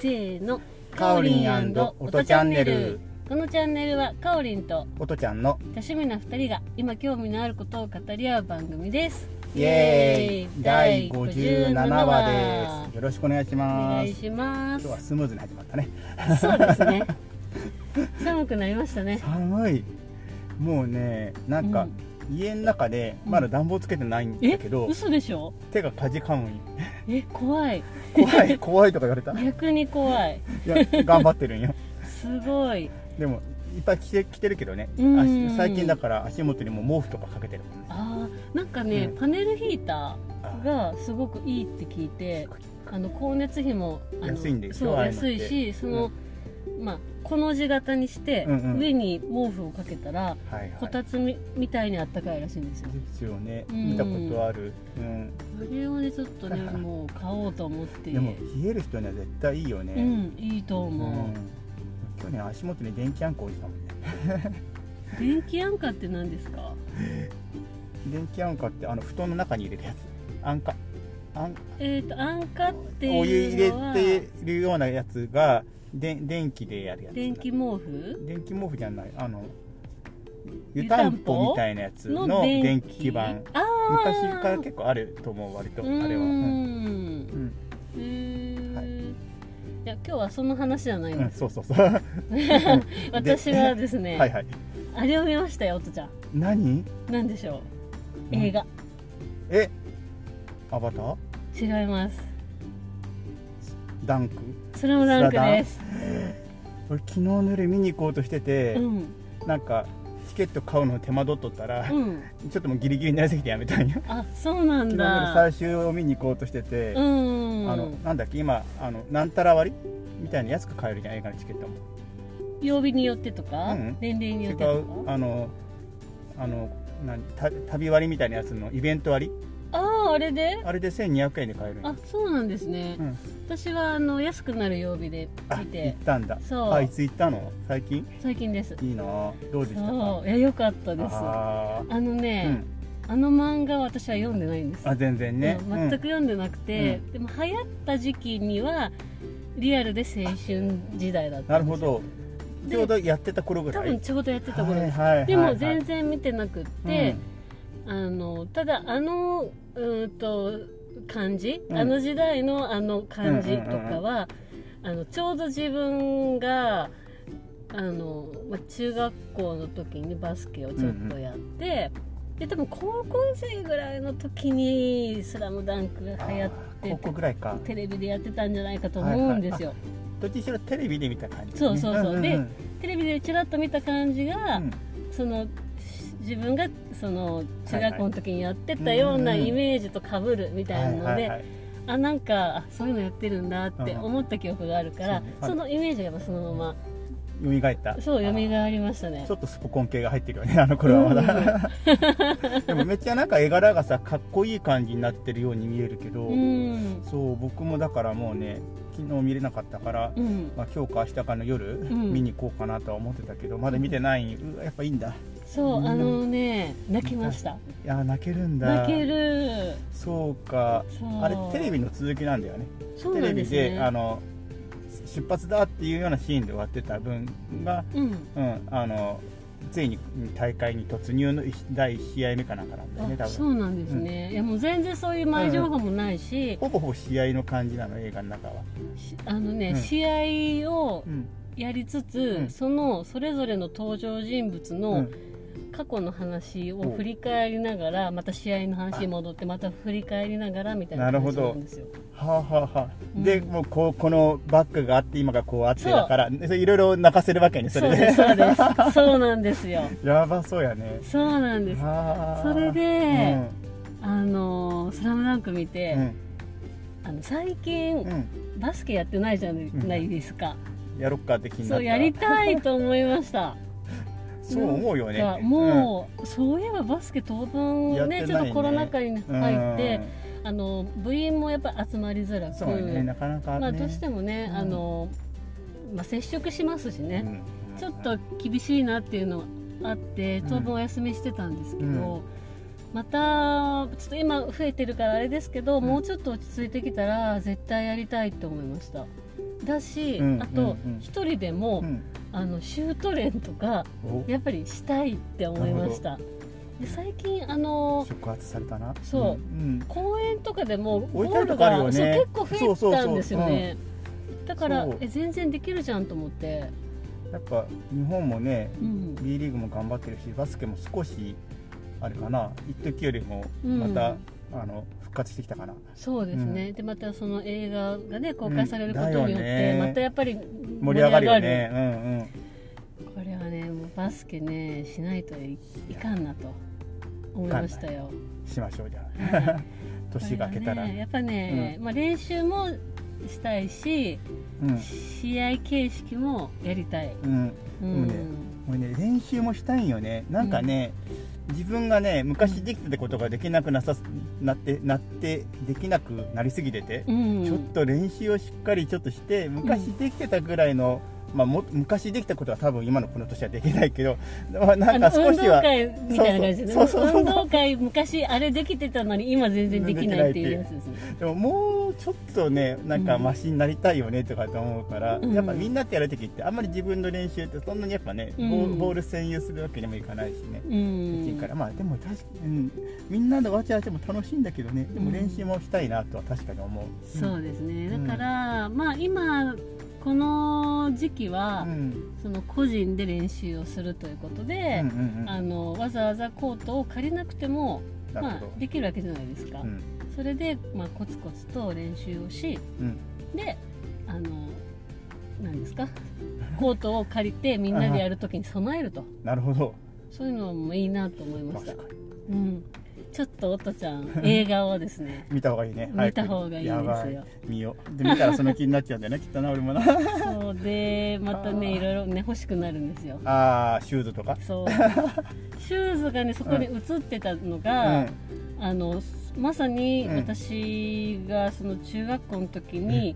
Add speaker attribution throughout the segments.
Speaker 1: せーの
Speaker 2: かおりんおとチャンネル
Speaker 1: このチャンネルはかおりんと
Speaker 2: おとちゃんの
Speaker 1: 多趣味な2人が今興味のあることを語り合う番組です
Speaker 2: イエーイ第57話ですすよろしくお願いし
Speaker 1: お
Speaker 2: ま
Speaker 1: 願
Speaker 2: す
Speaker 1: いします
Speaker 2: 今日はスムーズに始まったね
Speaker 1: そうですね寒くなりましたね
Speaker 2: 寒いもうねなんか、家の中でまだ暖房つけてないん
Speaker 1: え
Speaker 2: だけど、
Speaker 1: 嘘でしょ
Speaker 2: 手がかじかむ
Speaker 1: え怖い
Speaker 2: 怖 い怖いとか言われたい
Speaker 1: 逆に怖い
Speaker 2: や頑張ってるんよ
Speaker 1: すごい
Speaker 2: でもいっぱい着て着てるけどね
Speaker 1: うん
Speaker 2: 足最近だから足元にも毛布とかかけてるもんね
Speaker 1: あーなんかね、
Speaker 2: うん
Speaker 1: パネルヒータ
Speaker 2: あ
Speaker 1: ーがすごくいいって聞いてあの光熱費もあの
Speaker 2: 安いんですよ
Speaker 1: そう
Speaker 2: ああいうのっ
Speaker 1: 安
Speaker 2: て
Speaker 1: いしその、まあこの字型にして、
Speaker 2: うんうん
Speaker 1: 上に毛布をかけたら
Speaker 2: はいはい
Speaker 1: こたつみみたいにあったかいらしいんですよ
Speaker 2: ですよね
Speaker 1: うん
Speaker 2: 見たことある、うん、
Speaker 1: あれをねちょっとねもう買おうと思って
Speaker 2: でも冷える人には絶対いいよね、
Speaker 1: うんいいと
Speaker 2: う
Speaker 1: 思
Speaker 2: ん去年足元に電気あんこ置いてたもんね
Speaker 1: う、電気安価って何ですか
Speaker 2: 電気あんかってあの布団の中に入れるやつあんかあん
Speaker 1: えっ、ー、と安価って
Speaker 2: お湯
Speaker 1: い
Speaker 2: 入れ
Speaker 1: うのは
Speaker 2: てるようなやつがで電気でやるやつ
Speaker 1: 電気毛布
Speaker 2: 電気毛布じゃないあの
Speaker 1: 湯
Speaker 2: 湯
Speaker 1: た
Speaker 2: た
Speaker 1: ん
Speaker 2: ん
Speaker 1: ぽ
Speaker 2: ぽみたいなやつの
Speaker 1: の電気
Speaker 2: 電気版
Speaker 1: ああ
Speaker 2: 昔から結構あると思う割とあれ
Speaker 1: う
Speaker 2: はう
Speaker 1: ん
Speaker 2: ん、うん
Speaker 1: へー
Speaker 2: はい
Speaker 1: いや今日はその話じゃないん
Speaker 2: う
Speaker 1: で
Speaker 2: ん、
Speaker 1: す、
Speaker 2: そうそうそうは
Speaker 1: 私はですね、
Speaker 2: い はい
Speaker 1: あれを見ましたよおとちゃん
Speaker 2: 何
Speaker 1: 何でしょう映画、
Speaker 2: えアバター
Speaker 1: 違います
Speaker 2: ダンク
Speaker 1: それもランクです
Speaker 2: 俺昨日の夜見に行こうとしてて、
Speaker 1: うん
Speaker 2: なんかチケット買うの手間取っとったら、
Speaker 1: うん
Speaker 2: ちょっともうギリギリになりすぎてやめたんよ
Speaker 1: あそうな
Speaker 2: 昨
Speaker 1: ん
Speaker 2: 日の夜
Speaker 1: だ
Speaker 2: 最終を見に行こうとしてて、
Speaker 1: うん
Speaker 2: あのなんだっけ今あのなんたら割みたいな安く買えるじゃん映画のチケットも
Speaker 1: 曜日によってとか、
Speaker 2: うん
Speaker 1: 年齢に
Speaker 2: 違
Speaker 1: よってと
Speaker 2: う
Speaker 1: か
Speaker 2: あのあの何た旅割みたいなやつのイベント割
Speaker 1: あああれで
Speaker 2: あれで1200円で買えるんよ
Speaker 1: あそうなんですね、
Speaker 2: うん
Speaker 1: 私はあの安くなる曜日で
Speaker 2: あ
Speaker 1: 見
Speaker 2: 行ってたんだ
Speaker 1: そう
Speaker 2: あいつ行ったの最近
Speaker 1: 最近です
Speaker 2: いいなあどうでし
Speaker 1: そ
Speaker 2: たか
Speaker 1: ういや良かったですあ
Speaker 2: あー
Speaker 1: のね、
Speaker 2: うん
Speaker 1: あの漫画は私は読んでないんです
Speaker 2: あ全然ね、
Speaker 1: うん全く読んでなくて、
Speaker 2: う
Speaker 1: でも流行った時期にはリアルで青春時代だっ
Speaker 2: な
Speaker 1: た
Speaker 2: る
Speaker 1: んで
Speaker 2: ほ
Speaker 1: すよ
Speaker 2: ど
Speaker 1: で
Speaker 2: ちょうどやってた頃ぐ
Speaker 1: 多
Speaker 2: らい
Speaker 1: 分ちょうどやってた頃です、
Speaker 2: はいはいはいはい
Speaker 1: でも全然見てなくって、あのただあのうーんと感じ、
Speaker 2: うん
Speaker 1: あの時代のあの感じとかは、あのちょうど自分があの、まあ、中学校の時にバスケをちょっとやって、で多分高校生ぐらいの時に「スラムダンクが流行っ
Speaker 2: あー
Speaker 1: て
Speaker 2: 高校ぐらいか
Speaker 1: テレビでやってたんじゃないかと思うんですよ、
Speaker 2: どっちにしろテレビで見た感じ、ね、
Speaker 1: そうそうそうん
Speaker 2: んん
Speaker 1: でテレビでちらっと見た感じが、
Speaker 2: うん
Speaker 1: そのし自分がその中学校の時にやってたような
Speaker 2: はいはいうんうん
Speaker 1: イメージとかぶるみたいなので、
Speaker 2: はいはいはい
Speaker 1: あなんかあそういうのやってるんだって思った記憶があるから、
Speaker 2: うんうん
Speaker 1: そのイメージがやっぱそのま
Speaker 2: 蘇った
Speaker 1: まそう蘇りましたね
Speaker 2: ちょっとスポコン系が入ってるよねあの頃はまだ、 でもめっちゃなんか絵柄がさかっこいい感じになってるように見えるけど、
Speaker 1: うん
Speaker 2: そう僕もだからもうね昨日見れなかったから、
Speaker 1: うん
Speaker 2: まあ、今日か明日かの夜、
Speaker 1: ん
Speaker 2: 見に行こうかなとは思ってたけどまだ見てないうわやっぱいいんだ
Speaker 1: そうあのね泣きました
Speaker 2: いやー泣けるんだ
Speaker 1: 泣ける
Speaker 2: そうか
Speaker 1: そう
Speaker 2: あれテレビの続きなんだよね
Speaker 1: そう
Speaker 2: テ
Speaker 1: な
Speaker 2: レ
Speaker 1: んで
Speaker 2: ビ
Speaker 1: す
Speaker 2: で
Speaker 1: ね
Speaker 2: あの出発だっていうようなシーンで終わってた分が、
Speaker 1: うん
Speaker 2: うん、あのついに大会に突入の一第1試合目かなんかなんだよね
Speaker 1: あ
Speaker 2: 多
Speaker 1: そ
Speaker 2: 分
Speaker 1: うなんですね、いやもう全然そういう前情報もないし、
Speaker 2: ほぼほぼ試合の感じなの映画の中は、
Speaker 1: しあのね、
Speaker 2: うん
Speaker 1: 試合を
Speaker 2: うん
Speaker 1: やりつつ、
Speaker 2: うん
Speaker 1: そのそれぞれの登場人物
Speaker 2: う
Speaker 1: の
Speaker 2: ん
Speaker 1: 過去の話を振り返りながらまた試合の話に戻ってまた振り返りながらみたいな
Speaker 2: なるほ
Speaker 1: 感じ
Speaker 2: ど
Speaker 1: なんですよ
Speaker 2: はあはあはあ
Speaker 1: うん
Speaker 2: でもうこうこのバックがあって今がこうあって
Speaker 1: そう
Speaker 2: だからねそれいろいろ泣かせるわけねそ
Speaker 1: そう
Speaker 2: れ
Speaker 1: で
Speaker 2: です
Speaker 1: そうですそうなんですよ
Speaker 2: やばそうやね
Speaker 1: そうなんです
Speaker 2: あー
Speaker 1: それで
Speaker 2: うん
Speaker 1: あのー「スラムダンク見て、
Speaker 2: うん
Speaker 1: あの最近
Speaker 2: うん
Speaker 1: バスケやってないじゃないですか、
Speaker 2: やろっかって気になった
Speaker 1: そうやりたいと思いました
Speaker 2: そう思うよね
Speaker 1: がもう、そういえばバスケ当分
Speaker 2: やっ
Speaker 1: ね
Speaker 2: てない
Speaker 1: ちょ
Speaker 2: ね
Speaker 1: っとコロナ禍に
Speaker 2: うんうん
Speaker 1: 入って、あの部員もやっぱ集まりづらく
Speaker 2: そうねなかなかね、
Speaker 1: まあ、どうしてもね、
Speaker 2: うん
Speaker 1: あのまあ、接触しますし
Speaker 2: う
Speaker 1: ね、
Speaker 2: ん
Speaker 1: ちょっと厳しいなっていうのがあって
Speaker 2: うん
Speaker 1: 当分お休みしてたんですけど、
Speaker 2: うん
Speaker 1: またちょっと今増えてるからあれですけど、
Speaker 2: ん
Speaker 1: もうちょっと落ち着いてきたら絶対やりたいと思いましただし、
Speaker 2: うん
Speaker 1: あと
Speaker 2: うんうん
Speaker 1: 一人でも、
Speaker 2: うん
Speaker 1: あのシュート練とか
Speaker 2: お
Speaker 1: やっぱりしたいって思いましたで最近あの
Speaker 2: 触発されたな
Speaker 1: そう
Speaker 2: うん
Speaker 1: 公園とかでも
Speaker 2: 置
Speaker 1: ゴ
Speaker 2: いてあ
Speaker 1: ー
Speaker 2: ると
Speaker 1: ル
Speaker 2: こあ
Speaker 1: が
Speaker 2: る
Speaker 1: そう
Speaker 2: よね
Speaker 1: 結構増えたんですよねだから
Speaker 2: そう
Speaker 1: え全然できるじゃんと思って、
Speaker 2: うんやっぱ日本もね
Speaker 1: うん、
Speaker 2: B リーグも頑張ってるしバスケも少しあれかな一時よりも
Speaker 1: うん
Speaker 2: また、あの復活してきたかな
Speaker 1: そうですね、でまたその映画がね公開されることによって、
Speaker 2: うんだよね
Speaker 1: またやっぱり
Speaker 2: 盛り上がるよねうんうん
Speaker 1: これはねもうバスケねしないといいかんなと思いましたよ
Speaker 2: しましょうじゃ
Speaker 1: は
Speaker 2: あ 年が明けた
Speaker 1: これ
Speaker 2: ら、
Speaker 1: はね、やっぱね、まあ、練習もしたいし
Speaker 2: うん
Speaker 1: 試合形式もやりたい、
Speaker 2: うん
Speaker 1: うん
Speaker 2: でも俺ね練習もしたいんよねなんかね、自分がね昔できてたことができなくなさなってなってできなくなりすぎてて、
Speaker 1: うん
Speaker 2: ちょっと練習をしっかりちょっとして昔できてたぐらいの、まあ、も昔できたことは多分今のこの年はできないけど、 まあ、なんか
Speaker 1: あの
Speaker 2: 少
Speaker 1: 運
Speaker 2: し
Speaker 1: 動
Speaker 2: は
Speaker 1: 会みたいな感じで
Speaker 2: そうそうそうそう
Speaker 1: 運動会昔あれできてたのに今全然できないっていうやつですね
Speaker 2: でももうちょっとねなんか
Speaker 1: うん
Speaker 2: マシになりたいよねとかと思うから、
Speaker 1: うん
Speaker 2: やっぱみんなってやるときってあんまり自分の練習ってそんなにやっぱね、ボー
Speaker 1: う
Speaker 2: ル
Speaker 1: ん
Speaker 2: ボール占有するわけにもいかないしね、
Speaker 1: う
Speaker 2: でき
Speaker 1: ん
Speaker 2: んからまあでも確かに、うん、みんなでわちゃわちゃも楽しいんだけどねでも練習もしたいなとは確かに思う、
Speaker 1: そうですね
Speaker 2: う
Speaker 1: だ
Speaker 2: ん
Speaker 1: から、まあ今この時期は、
Speaker 2: うん
Speaker 1: その個人で練習をするということ
Speaker 2: うんう
Speaker 1: で
Speaker 2: ん、うん
Speaker 1: あのわざわざコートを借りなくても、
Speaker 2: な
Speaker 1: まあ
Speaker 2: るほ、
Speaker 1: できるわけじゃないですか、
Speaker 2: ど、うん
Speaker 1: それで、まあ、コツコツと練習をし
Speaker 2: うん
Speaker 1: であの何ですかコートを借りてみんなでやるときに備えると
Speaker 2: なるほど
Speaker 1: そういうのもいいなと思いました
Speaker 2: 確、かに
Speaker 1: うん、ちょっとおとちゃん映画をですね
Speaker 2: 見た方がいいね
Speaker 1: 見た方がいい
Speaker 2: 早くやば
Speaker 1: ですよ
Speaker 2: 見ようで見たらその気になっちゃうんだよねきっとな俺 もな
Speaker 1: そうでまたね
Speaker 2: あー
Speaker 1: いろいろね欲しくなるんですよ
Speaker 2: ああシューズとか
Speaker 1: そう シューズがねそこに映ってたの
Speaker 2: う
Speaker 1: が、
Speaker 2: ん
Speaker 1: あのまさに
Speaker 2: うん
Speaker 1: 私がその中学校の時に、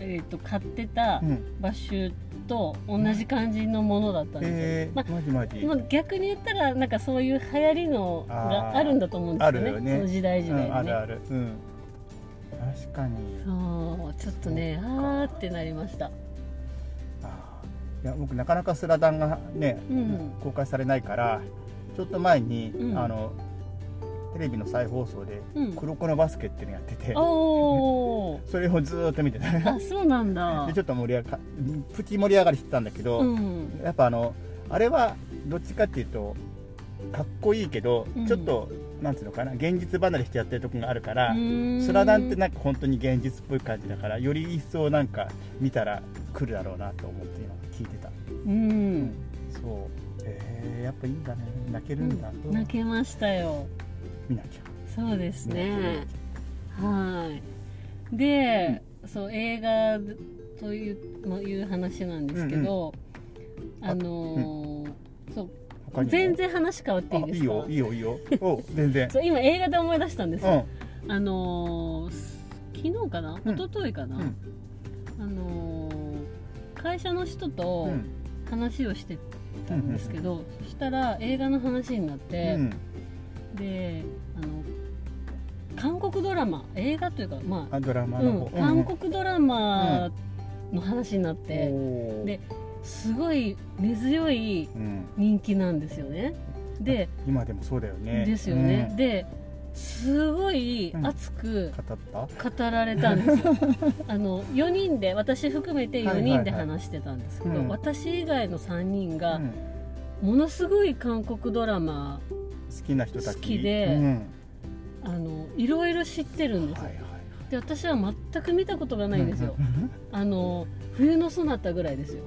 Speaker 1: えー、と買ってた
Speaker 2: うん
Speaker 1: バッシュと同じ感じのものだったんです
Speaker 2: え
Speaker 1: よ、ま
Speaker 2: ー、マジマジ
Speaker 1: まあ、逆に言ったらなんかそういう流行りの
Speaker 2: あ
Speaker 1: が
Speaker 2: ー
Speaker 1: あるんだと思うんですよね
Speaker 2: あるよね
Speaker 1: その時代時代でね、
Speaker 2: うん、あるあるうん確かに
Speaker 1: そうちょっとねあーってなりました
Speaker 2: あーいや僕なかなか「スラダンがね、
Speaker 1: うん
Speaker 2: 公開されないからちょっと前に、
Speaker 1: うん
Speaker 2: あのテレビの再放送で
Speaker 1: うん
Speaker 2: 「黒子のバスケ」っていうのやってて、
Speaker 1: おお
Speaker 2: それをずーっと見てた
Speaker 1: あ
Speaker 2: で
Speaker 1: そうなんだ
Speaker 2: ちょっと盛り上がプチ盛り上がりしてたんだけど、
Speaker 1: うん
Speaker 2: やっぱあのあれはどっちかっていうとかっこいいけど、
Speaker 1: うん
Speaker 2: ちょっとなんていうのかな現実離れしてやってるとこがあるから、ス
Speaker 1: ス
Speaker 2: ラダンってなんか本当に現実っぽい感じだからより一層なんか見たら来るだろうなと思って今聞いてた、
Speaker 1: うん
Speaker 2: そうえー、やっぱいいんだね泣けるんだ、
Speaker 1: うん泣けましたよ
Speaker 2: 見なきゃ
Speaker 1: そうです
Speaker 2: 見な
Speaker 1: ね
Speaker 2: き
Speaker 1: はいで、そう映画というのいう話なんですけど、
Speaker 2: ん
Speaker 1: あのーそう
Speaker 2: ゃ他にも
Speaker 1: 全然話変わっていい
Speaker 2: あ
Speaker 1: で
Speaker 2: い
Speaker 1: す
Speaker 2: い
Speaker 1: か
Speaker 2: よいいよいいよお全然
Speaker 1: そう今映画で思い出したんです
Speaker 2: う
Speaker 1: よ、
Speaker 2: ん
Speaker 1: あのーす昨日かな
Speaker 2: うん
Speaker 1: 一昨日かな、
Speaker 2: うん
Speaker 1: あのー会社の人と
Speaker 2: うん
Speaker 1: 話をしてたんですけど、そしたら映画の話になっ
Speaker 2: う
Speaker 1: て、
Speaker 2: ん
Speaker 1: であの韓国ドラマ映画というかまあ
Speaker 2: あドラマ
Speaker 1: う
Speaker 2: の
Speaker 1: ん
Speaker 2: 方、
Speaker 1: 韓国ドラマの話になって、
Speaker 2: おー
Speaker 1: で、すごい根強い
Speaker 2: うん、
Speaker 1: 人気なんですよねで、
Speaker 2: 今でもそうだよね
Speaker 1: ですよね、、ですごい
Speaker 2: うん
Speaker 1: 熱く
Speaker 2: うん、語った
Speaker 1: 語られたんですよ あの4人で私含めて4人で
Speaker 2: はいはいはい
Speaker 1: 話してたんですけど、
Speaker 2: うん
Speaker 1: 私以外の3人が
Speaker 2: うん
Speaker 1: ものすごい韓国ドラマ
Speaker 2: 好きな人たち
Speaker 1: 好きで
Speaker 2: うん、
Speaker 1: あのいろいろ知ってるんです
Speaker 2: はい
Speaker 1: よ
Speaker 2: はいはい
Speaker 1: で私は全く見たことがないんですよ、あの冬のそなたぐらいですよ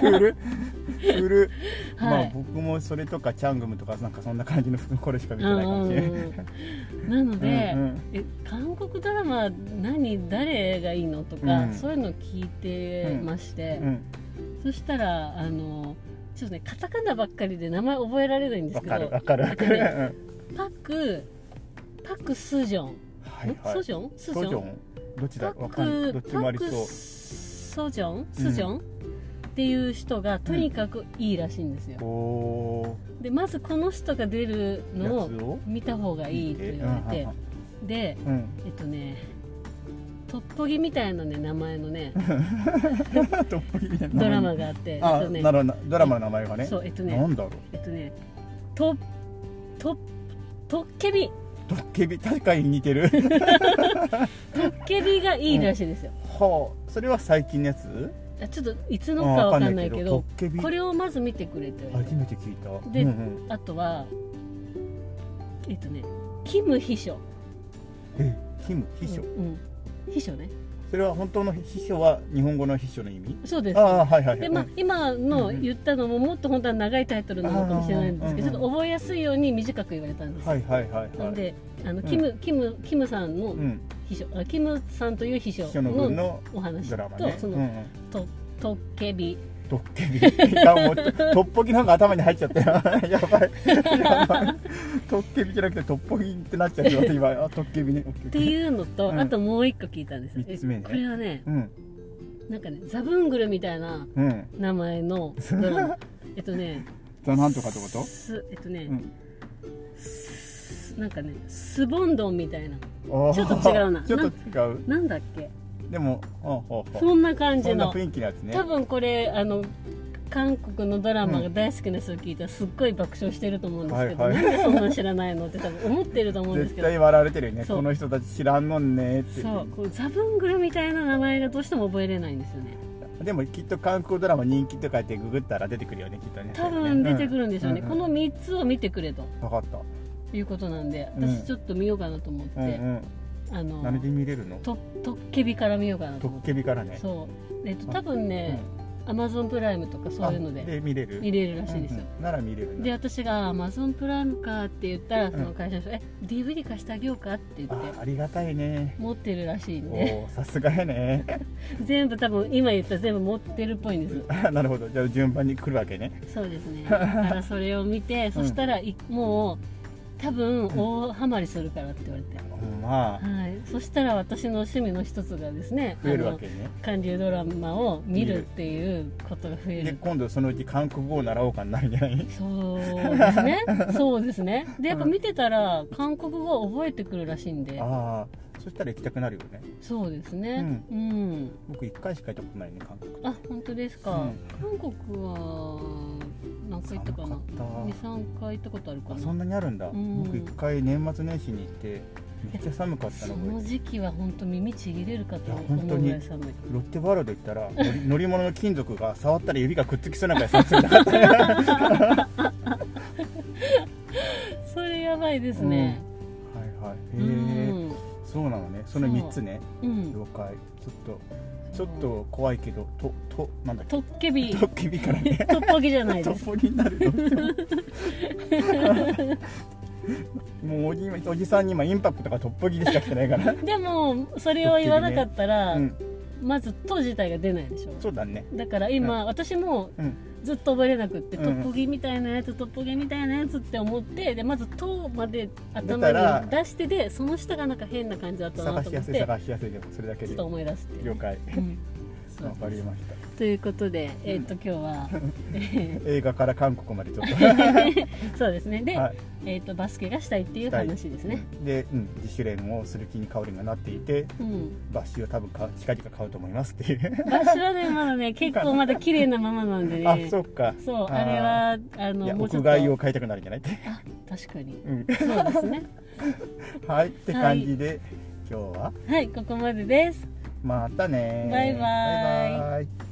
Speaker 2: 古る古る、
Speaker 1: は
Speaker 2: まあ
Speaker 1: い、
Speaker 2: 僕もそれとかチャングムとかなんかそんな感じのこれしか見て
Speaker 1: うん
Speaker 2: ないかもしれない、
Speaker 1: うんうんなの
Speaker 2: う
Speaker 1: で、
Speaker 2: んうん
Speaker 1: え韓国ドラマ何誰がいいのとか、
Speaker 2: うん
Speaker 1: そういうのを聞いてまして、
Speaker 2: うん、
Speaker 1: そしたらあのちょっとねカタカナばっかりで名前覚えられないんです
Speaker 2: わ
Speaker 1: け
Speaker 2: かる
Speaker 1: ど
Speaker 2: わかるわかる、うん
Speaker 1: パクパクスジョン、
Speaker 2: はい
Speaker 1: ん
Speaker 2: はい
Speaker 1: ソジョンスジ
Speaker 2: ソジョ
Speaker 1: ョン
Speaker 2: ンどっちだ
Speaker 1: パ
Speaker 2: わかんないど
Speaker 1: ク
Speaker 2: っちもあ
Speaker 1: パ
Speaker 2: り
Speaker 1: ク
Speaker 2: そう
Speaker 1: ソジョンスジョン、っていう人がとにかくいいらしいんですよ、
Speaker 2: おー
Speaker 1: でまずこの人が出る
Speaker 2: や
Speaker 1: のを
Speaker 2: つを
Speaker 1: 見た方がいいと言われて
Speaker 2: うん
Speaker 1: で
Speaker 2: うん
Speaker 1: えっとねトッポギみたいなね名前の ね
Speaker 2: トッポギみたいな
Speaker 1: ドラ
Speaker 2: 名前
Speaker 1: マがあってえっ
Speaker 2: あ、
Speaker 1: とね
Speaker 2: なるほどドラマの名前がね
Speaker 1: そうえっと
Speaker 2: な
Speaker 1: ね
Speaker 2: んだろう
Speaker 1: えっとねとととっけび
Speaker 2: ドッケビ確かに似てる
Speaker 1: とっけびがいいらしいですよ、
Speaker 2: はあそれは最近のやつ
Speaker 1: あちょっといつのかわかんないけど
Speaker 2: あわかんないけどトッケビ
Speaker 1: これをまず見てくれてる
Speaker 2: 初めて聞いた
Speaker 1: で
Speaker 2: うんうん
Speaker 1: あとはえっとねキム秘書
Speaker 2: えキム秘書、
Speaker 1: うん、うん秘書ね
Speaker 2: それは本当の秘書は日本語の秘書の意味
Speaker 1: そうです
Speaker 2: ああはいはいはい
Speaker 1: でまあ、今の言ったのももっと本当は長いタイトルなのかもしれないんですけど
Speaker 2: あー
Speaker 1: ちょっと覚えやすいように短く言われたんですよ、
Speaker 2: はいはいはい
Speaker 1: な
Speaker 2: は
Speaker 1: の
Speaker 2: い
Speaker 1: であのキム、キムキムさんの
Speaker 2: うん、
Speaker 1: 秘書、あキムさんという秘書
Speaker 2: 秘書の分
Speaker 1: の
Speaker 2: の
Speaker 1: お話
Speaker 2: ド
Speaker 1: と、
Speaker 2: ラマね
Speaker 1: その、
Speaker 2: うんうん
Speaker 1: ととっけび
Speaker 2: ドッケビいやもうトッポギなんか頭に入っちゃ ったよやばいやばいトッケビじゃなくてトッポギってなっちゃってます今あトッケビねオッケー
Speaker 1: っていうのと、
Speaker 2: うん
Speaker 1: あともう一個聞いたんですよ
Speaker 2: 三つ目ね
Speaker 1: これはね
Speaker 2: うん
Speaker 1: なんかねザブングルみたいな
Speaker 2: うん
Speaker 1: 名前のドラ マえっとね
Speaker 2: ザなんとかってこと
Speaker 1: すえっとね、
Speaker 2: うん
Speaker 1: すなんかねスボンドンみたいな
Speaker 2: あー
Speaker 1: ちょっと違うな
Speaker 2: ちょっと違う
Speaker 1: なんだっけ
Speaker 2: でもああああ
Speaker 1: そんな感
Speaker 2: そ
Speaker 1: じ
Speaker 2: んな
Speaker 1: の
Speaker 2: 雰囲気のやつね
Speaker 1: 多分これあの韓国のドラマが大好きな人聞いたらすっごい爆笑してると思うんですけど、
Speaker 2: はいはい
Speaker 1: なんでそんなん知らないのって多分思ってると思うんです
Speaker 2: 絶
Speaker 1: けど
Speaker 2: 対笑われてるよね
Speaker 1: そう
Speaker 2: この人たち知らんのんねって
Speaker 1: そうこうザブングルみたいな名前がどうしても覚えれないんですよね
Speaker 2: でもきっと韓国ドラマ人気とかやってググったら出てくるよねきっとね
Speaker 1: 多分出てくるんでしょうね、
Speaker 2: うん
Speaker 1: この3つを見てくれと
Speaker 2: 分かった
Speaker 1: いうことなんで
Speaker 2: うん
Speaker 1: 私ちょっと見ようかなと思って、
Speaker 2: うんうん
Speaker 1: あの
Speaker 2: 何で見れるの
Speaker 1: ととっけびから見ようかなと
Speaker 2: ト
Speaker 1: 思っ
Speaker 2: ッ
Speaker 1: て
Speaker 2: ケビからね
Speaker 1: そうえっと多分ね、アマゾンプライムとかそういうの
Speaker 2: あ
Speaker 1: で
Speaker 2: で見れる
Speaker 1: 見れるらしいですよ、
Speaker 2: うんうんなら見れるな
Speaker 1: で私が「アマゾンプライムか」って言ったら
Speaker 2: ん
Speaker 1: その会社の人「え DVD 貸してあげようか」って言
Speaker 2: あ
Speaker 1: って
Speaker 2: ありがたいね
Speaker 1: 持ってるらしいん
Speaker 2: お
Speaker 1: で
Speaker 2: ーさすがやね
Speaker 1: 全部多分今言った全部持ってるっぽいんです
Speaker 2: あなるほどじゃあ順番に来るわけね
Speaker 1: そうです ねだからそれを見てそしたらいもう多分大ハマりするからって言われて、
Speaker 2: まあ
Speaker 1: はい、そしたら私の趣味の一つがですね
Speaker 2: 増えるわけね
Speaker 1: あの韓流ドラマを見るっていうことが増え
Speaker 2: で
Speaker 1: る
Speaker 2: 今度そのうち韓国語を習おうかになるんじゃない
Speaker 1: そうです ねそうですねでやっぱ見てたら韓国語を覚えてくるらしいんで
Speaker 2: ああそしたら行きたくなるよね
Speaker 1: そうですねうん、
Speaker 2: 僕一回しか行ったことないね韓国
Speaker 1: あ本当ですか、韓国は何回行ったかな
Speaker 2: 寒かった
Speaker 1: 23回行ったことあるか
Speaker 2: あ
Speaker 1: な
Speaker 2: そんなにあるんだ、
Speaker 1: うん
Speaker 2: 僕一回年末年始に行ってめっちゃ寒かったの
Speaker 1: そ
Speaker 2: 覚
Speaker 1: の
Speaker 2: えて
Speaker 1: 時期は本当耳ちぎれるかと
Speaker 2: いや本
Speaker 1: 思
Speaker 2: 当
Speaker 1: う
Speaker 2: に
Speaker 1: ぐらい寒い
Speaker 2: るロッテワールド行ったら乗り 乗り物の金属が触ったら指がくっつきそうなくらい寒すぎた
Speaker 1: それやばいですね
Speaker 2: はいはいへ
Speaker 1: う
Speaker 2: え、
Speaker 1: ん
Speaker 2: そうなのねその
Speaker 1: そう
Speaker 2: 3つね
Speaker 1: うん
Speaker 2: 了解ちょっとちょっと怖いけどととなんだっけ
Speaker 1: トッケビ
Speaker 2: トッケビからね
Speaker 1: トッポギじゃない
Speaker 2: ト
Speaker 1: で
Speaker 2: ッ
Speaker 1: す
Speaker 2: ポギになるの もうおじ今おじさんに今インパクトがトッポギでしか来てな いから、
Speaker 1: でもそれを言わなかったら、
Speaker 2: うん、
Speaker 1: まず「と」自体が出ないでしょ
Speaker 2: そうだね
Speaker 1: だから今、私も
Speaker 2: うん
Speaker 1: ずっと覚えれなくって、
Speaker 2: うん
Speaker 1: トッポギみたいなやつトッポギみたいなやつって思ってでまず「と」まで
Speaker 2: 出た
Speaker 1: 頭
Speaker 2: ら
Speaker 1: に出してでその下がなんか変な感じだったなと
Speaker 2: 探
Speaker 1: 思
Speaker 2: しや
Speaker 1: っ
Speaker 2: すい
Speaker 1: て
Speaker 2: 探しやすいでもそれだけ
Speaker 1: ちょ
Speaker 2: で
Speaker 1: っと思い出して
Speaker 2: 了解
Speaker 1: うんそう
Speaker 2: わかりました
Speaker 1: ということで、えっと今日 は、え
Speaker 2: 映画から韓国までちょっと
Speaker 1: ーそうですねで、
Speaker 2: はい
Speaker 1: えっとバスケがしたいっていう話ですね、
Speaker 2: で、うん、自主練をする気に香りがなっていて
Speaker 1: うん、
Speaker 2: バッシュを多分か近々買うと思いますっていう、
Speaker 1: 場所はねまだね結構まだ綺麗なままなんでね
Speaker 2: あそうか
Speaker 1: そう
Speaker 2: ー
Speaker 1: あれはあ
Speaker 2: い
Speaker 1: の
Speaker 2: や
Speaker 1: もうちょ
Speaker 2: 屋
Speaker 1: っと
Speaker 2: 外を買いたくなるんじゃないって、
Speaker 1: あ確かに
Speaker 2: うん、
Speaker 1: そうですね
Speaker 2: はいって感じで、今日は
Speaker 1: はいここまでです
Speaker 2: またね
Speaker 1: バイバイ
Speaker 2: バイバイ